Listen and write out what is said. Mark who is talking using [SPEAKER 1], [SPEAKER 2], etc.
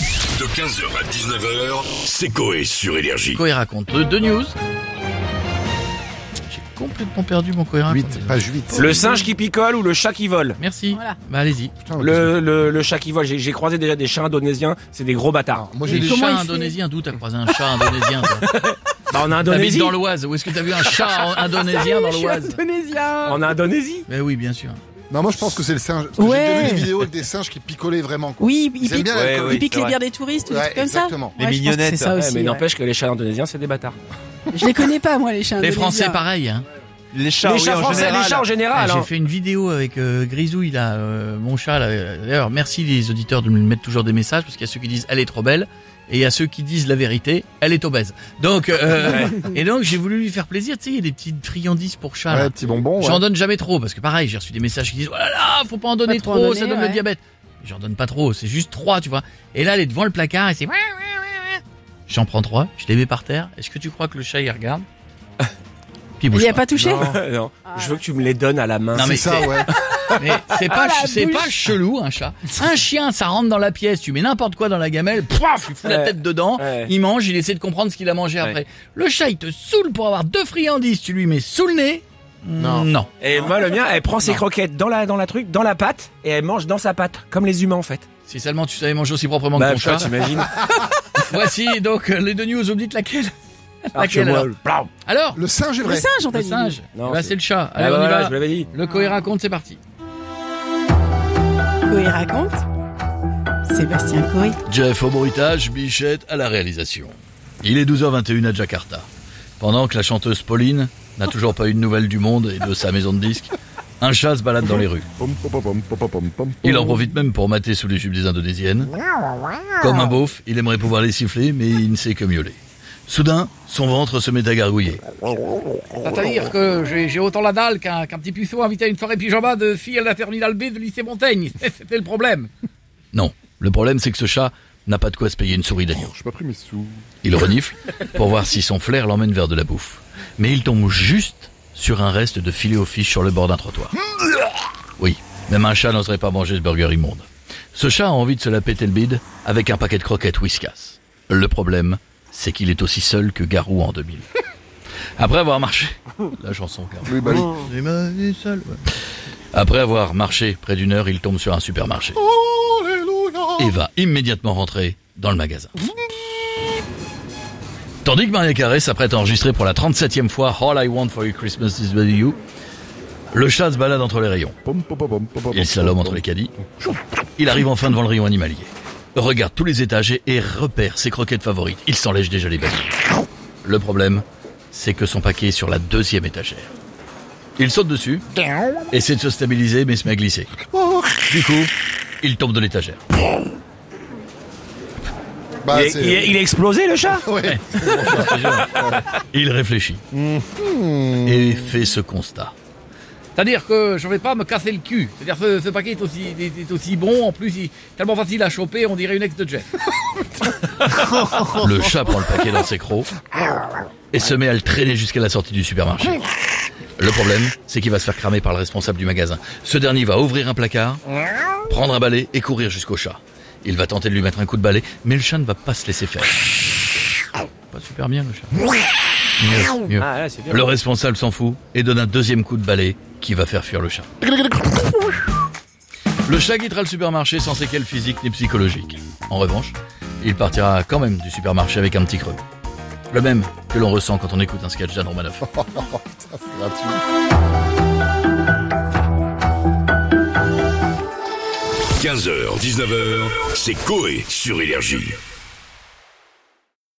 [SPEAKER 1] De 15h à 19h, c'est Coé sur Énergie.
[SPEAKER 2] Coé raconte euh, deux news. J'ai complètement perdu mon Coé raconte.
[SPEAKER 3] 8, page 8.
[SPEAKER 4] Le singe qui picole ou le chat qui vole
[SPEAKER 2] Merci.
[SPEAKER 5] Voilà.
[SPEAKER 2] Bah allez-y.
[SPEAKER 4] le, le, le chat qui vole, j'ai j'ai croisé déjà des chiens indonésiens, c'est des gros bâtards.
[SPEAKER 3] Moi
[SPEAKER 2] J'ai
[SPEAKER 3] j'ai
[SPEAKER 2] des
[SPEAKER 3] des
[SPEAKER 5] comment il
[SPEAKER 2] chats
[SPEAKER 5] fait
[SPEAKER 2] indonésiens. D'où t'as croisé un chat indonésien toi
[SPEAKER 4] Bah, en
[SPEAKER 2] T'habites
[SPEAKER 4] Indonésie
[SPEAKER 2] dans l'Oise. Où est-ce que t'as vu un chat en- indonésien dans l'Oise
[SPEAKER 4] En Indonésie
[SPEAKER 2] Mais oui, bien sûr.
[SPEAKER 3] Non, moi je pense que c'est le singe. Parce que
[SPEAKER 5] Ouais.
[SPEAKER 3] J'ai déjà vu des vidéos avec des singes qui picolaient vraiment. quoi.
[SPEAKER 5] Oui, il
[SPEAKER 3] Ils aiment
[SPEAKER 5] pique,
[SPEAKER 3] bien l'alcool.
[SPEAKER 5] il
[SPEAKER 6] Ouais, oui,
[SPEAKER 5] pique
[SPEAKER 6] c'est
[SPEAKER 5] les
[SPEAKER 6] vrai.
[SPEAKER 5] bières des touristes, ou des
[SPEAKER 3] Ouais,
[SPEAKER 5] trucs comme ça.
[SPEAKER 3] exactement.
[SPEAKER 6] Les
[SPEAKER 5] Ouais, je pense que
[SPEAKER 6] mignonnettes.
[SPEAKER 5] C'est ça
[SPEAKER 4] Ouais,
[SPEAKER 5] aussi.
[SPEAKER 4] Mais
[SPEAKER 5] ouais.
[SPEAKER 4] n'empêche que les chats indonésiens, c'est des bâtards.
[SPEAKER 5] Je les connais pas, moi, les chiens.
[SPEAKER 2] Les
[SPEAKER 5] indonésiens.
[SPEAKER 2] Français, pareil. Hein.
[SPEAKER 6] Les chats,
[SPEAKER 4] les
[SPEAKER 6] oui,
[SPEAKER 4] chats
[SPEAKER 6] en
[SPEAKER 4] français,
[SPEAKER 6] général.
[SPEAKER 4] les chats Ah en
[SPEAKER 2] Ah,
[SPEAKER 4] général.
[SPEAKER 2] J'ai
[SPEAKER 4] hein.
[SPEAKER 2] fait une vidéo avec euh, Grisouille, là, euh, mon chat. là. D'ailleurs, merci les auditeurs de me mettre toujours des messages parce qu'il y a ceux qui disent elle est trop belle et il y a ceux qui disent la vérité, elle est obèse. Donc, euh, et donc j'ai voulu lui faire plaisir. Tu sais, il y a des petites friandises pour chat. là.
[SPEAKER 3] Ouais, petit bonbon. ouais.
[SPEAKER 2] J'en donne jamais trop parce que pareil, j'ai reçu des messages qui disent voilà, là, faut pas en donner
[SPEAKER 5] Pas
[SPEAKER 2] trop,
[SPEAKER 5] trop en donner,
[SPEAKER 2] ça donne le
[SPEAKER 5] ouais.
[SPEAKER 2] diabète. Mais J'en donne pas trop, c'est juste trois, tu vois. Et là, elle est devant le placard et c'est j'en prends trois, je les mets par terre. Est-ce que tu crois que le chat il regarde Puis
[SPEAKER 5] Il
[SPEAKER 2] bouge
[SPEAKER 5] n'y a
[SPEAKER 2] pas.
[SPEAKER 5] pas touché
[SPEAKER 4] Non, je veux que tu me les donnes à la main.
[SPEAKER 2] Non, mais
[SPEAKER 3] C'est ça,
[SPEAKER 2] c'est-
[SPEAKER 3] ouais.
[SPEAKER 2] Mais c'est pas,
[SPEAKER 5] Ah, la
[SPEAKER 2] c'est
[SPEAKER 5] bouche.
[SPEAKER 2] pas chelou un chat. Un chien, ça rentre dans la pièce, tu mets n'importe quoi dans la gamelle, pouf, tu fous la
[SPEAKER 4] Ouais.
[SPEAKER 2] tête dedans.
[SPEAKER 4] Ouais.
[SPEAKER 2] Il mange, il essaie de comprendre ce qu'il a mangé
[SPEAKER 6] Ouais.
[SPEAKER 2] après. Le chat, il te saoule pour avoir deux friandises, tu lui mets sous le nez.
[SPEAKER 3] Non.
[SPEAKER 2] Non.
[SPEAKER 4] Et eh, moi, le mien, elle prend ses
[SPEAKER 2] Non.
[SPEAKER 4] croquettes dans la, dans la truc, dans la pâte, et elle mange dans sa pâte, comme les humains en fait.
[SPEAKER 2] Si seulement tu savais manger aussi proprement que
[SPEAKER 4] bah,
[SPEAKER 2] ton chat.
[SPEAKER 4] t'imagines.
[SPEAKER 2] Voici donc euh, les deux news, vous me dites laquelle Laquelle alors
[SPEAKER 4] Blam.
[SPEAKER 2] Alors,
[SPEAKER 3] Le singe est
[SPEAKER 5] Le
[SPEAKER 3] vrai.
[SPEAKER 5] singe, on t'a
[SPEAKER 2] le
[SPEAKER 5] dit.
[SPEAKER 2] singe,
[SPEAKER 4] Non,
[SPEAKER 2] Eh ben,
[SPEAKER 4] c'est-
[SPEAKER 2] c'est le chat.
[SPEAKER 4] Ah,
[SPEAKER 2] Allez, on y
[SPEAKER 4] voilà,
[SPEAKER 2] va.
[SPEAKER 4] je l'avais dit.
[SPEAKER 2] Le Coé raconte, c'est parti.
[SPEAKER 5] Coé raconte. Sébastien Coé.
[SPEAKER 2] Jeff au bruitage, Bichette à la réalisation. Il est 12h21 à Jakarta. Pendant que la chanteuse Pauline n'a toujours pas eu de nouvelles du monde et de sa maison de disques, un chat se balade dans les rues. Il en profite même pour mater sous les jupes des Indonésiennes. Comme un beauf, il aimerait pouvoir les siffler, mais il ne sait que miauler. Soudain, son ventre se met à gargouiller. C'est-à-dire que j'ai j'ai autant la dalle qu'un qu'un petit puceau invité à une soirée pyjama de filles à la terminale B de lycée Montaigne. C'était le problème. Non, le problème c'est que ce chat n'a pas de quoi se payer une souris d'agneau.
[SPEAKER 3] Je pas pris mes sous.
[SPEAKER 2] Il renifle pour voir si son flair l'emmène vers de la bouffe. Mais il tombe juste sur un reste de filet aux fiches sur le bord d'un trottoir. Oui, même un chat n'oserait pas manger ce burger immonde. Ce chat a envie de se la péter le bide avec un paquet de croquettes Whiskas. Le problème, c'est qu'il est aussi seul que Garou en 2000. Après avoir marché... La chanson, Garou.
[SPEAKER 3] Louis Bali.
[SPEAKER 2] Après avoir marché près d'une heure, il tombe sur un supermarché. Et va immédiatement rentrer dans le magasin. Tandis que Maria Carré s'apprête à enregistrer pour la 37e fois All I Want for Your Christmas is With You, le chat se balade entre les rayons. Il slalome entre les caddies. Il arrive enfin devant le rayon animalier. Regarde tous les étagers et repère ses croquettes favorites. Il s'enlèche déjà les bâtiments. Le problème, c'est que son paquet est sur la deuxième étagère. Il saute dessus, essaie de se stabiliser, mais se met à glisser. Du coup, il tombe de l'étagère.
[SPEAKER 3] Bah,
[SPEAKER 4] il, est, il est-
[SPEAKER 3] c'est.
[SPEAKER 4] il est explosé le chat
[SPEAKER 3] Ouais.
[SPEAKER 2] Il réfléchit et fait ce constat. Mmh. C'est-à-dire que je vais pas me casser le cul. C'est-à-dire que ce, ce paquet est aussi, est, est aussi bon, en plus il est tellement facile à choper, on dirait une ex de Jeff. le chat prend le paquet dans ses crocs et se met à le traîner jusqu'à la sortie du supermarché. Le problème, c'est qu'il va se faire cramer par le responsable du magasin. Ce dernier va ouvrir un placard, prendre un balai et courir jusqu'au chat. Il va tenter de lui mettre un coup de balai, mais le chat ne va pas se laisser faire. Pas super bien le chat. Mieux, mieux.
[SPEAKER 4] Ah là, c'est bien.
[SPEAKER 2] Le responsable s'en fout et donne un deuxième coup de balai qui va faire fuir le chat. Le chat quittera le supermarché sans séquelles physiques ni psychologiques. En revanche, il partira quand même du supermarché avec un petit creux. Le même que l'on ressent quand on écoute un sketch d'Anne Romanoff.
[SPEAKER 3] Ça, c'est gratuit.
[SPEAKER 1] De 15h, 19h, c'est Coé sur Énergie.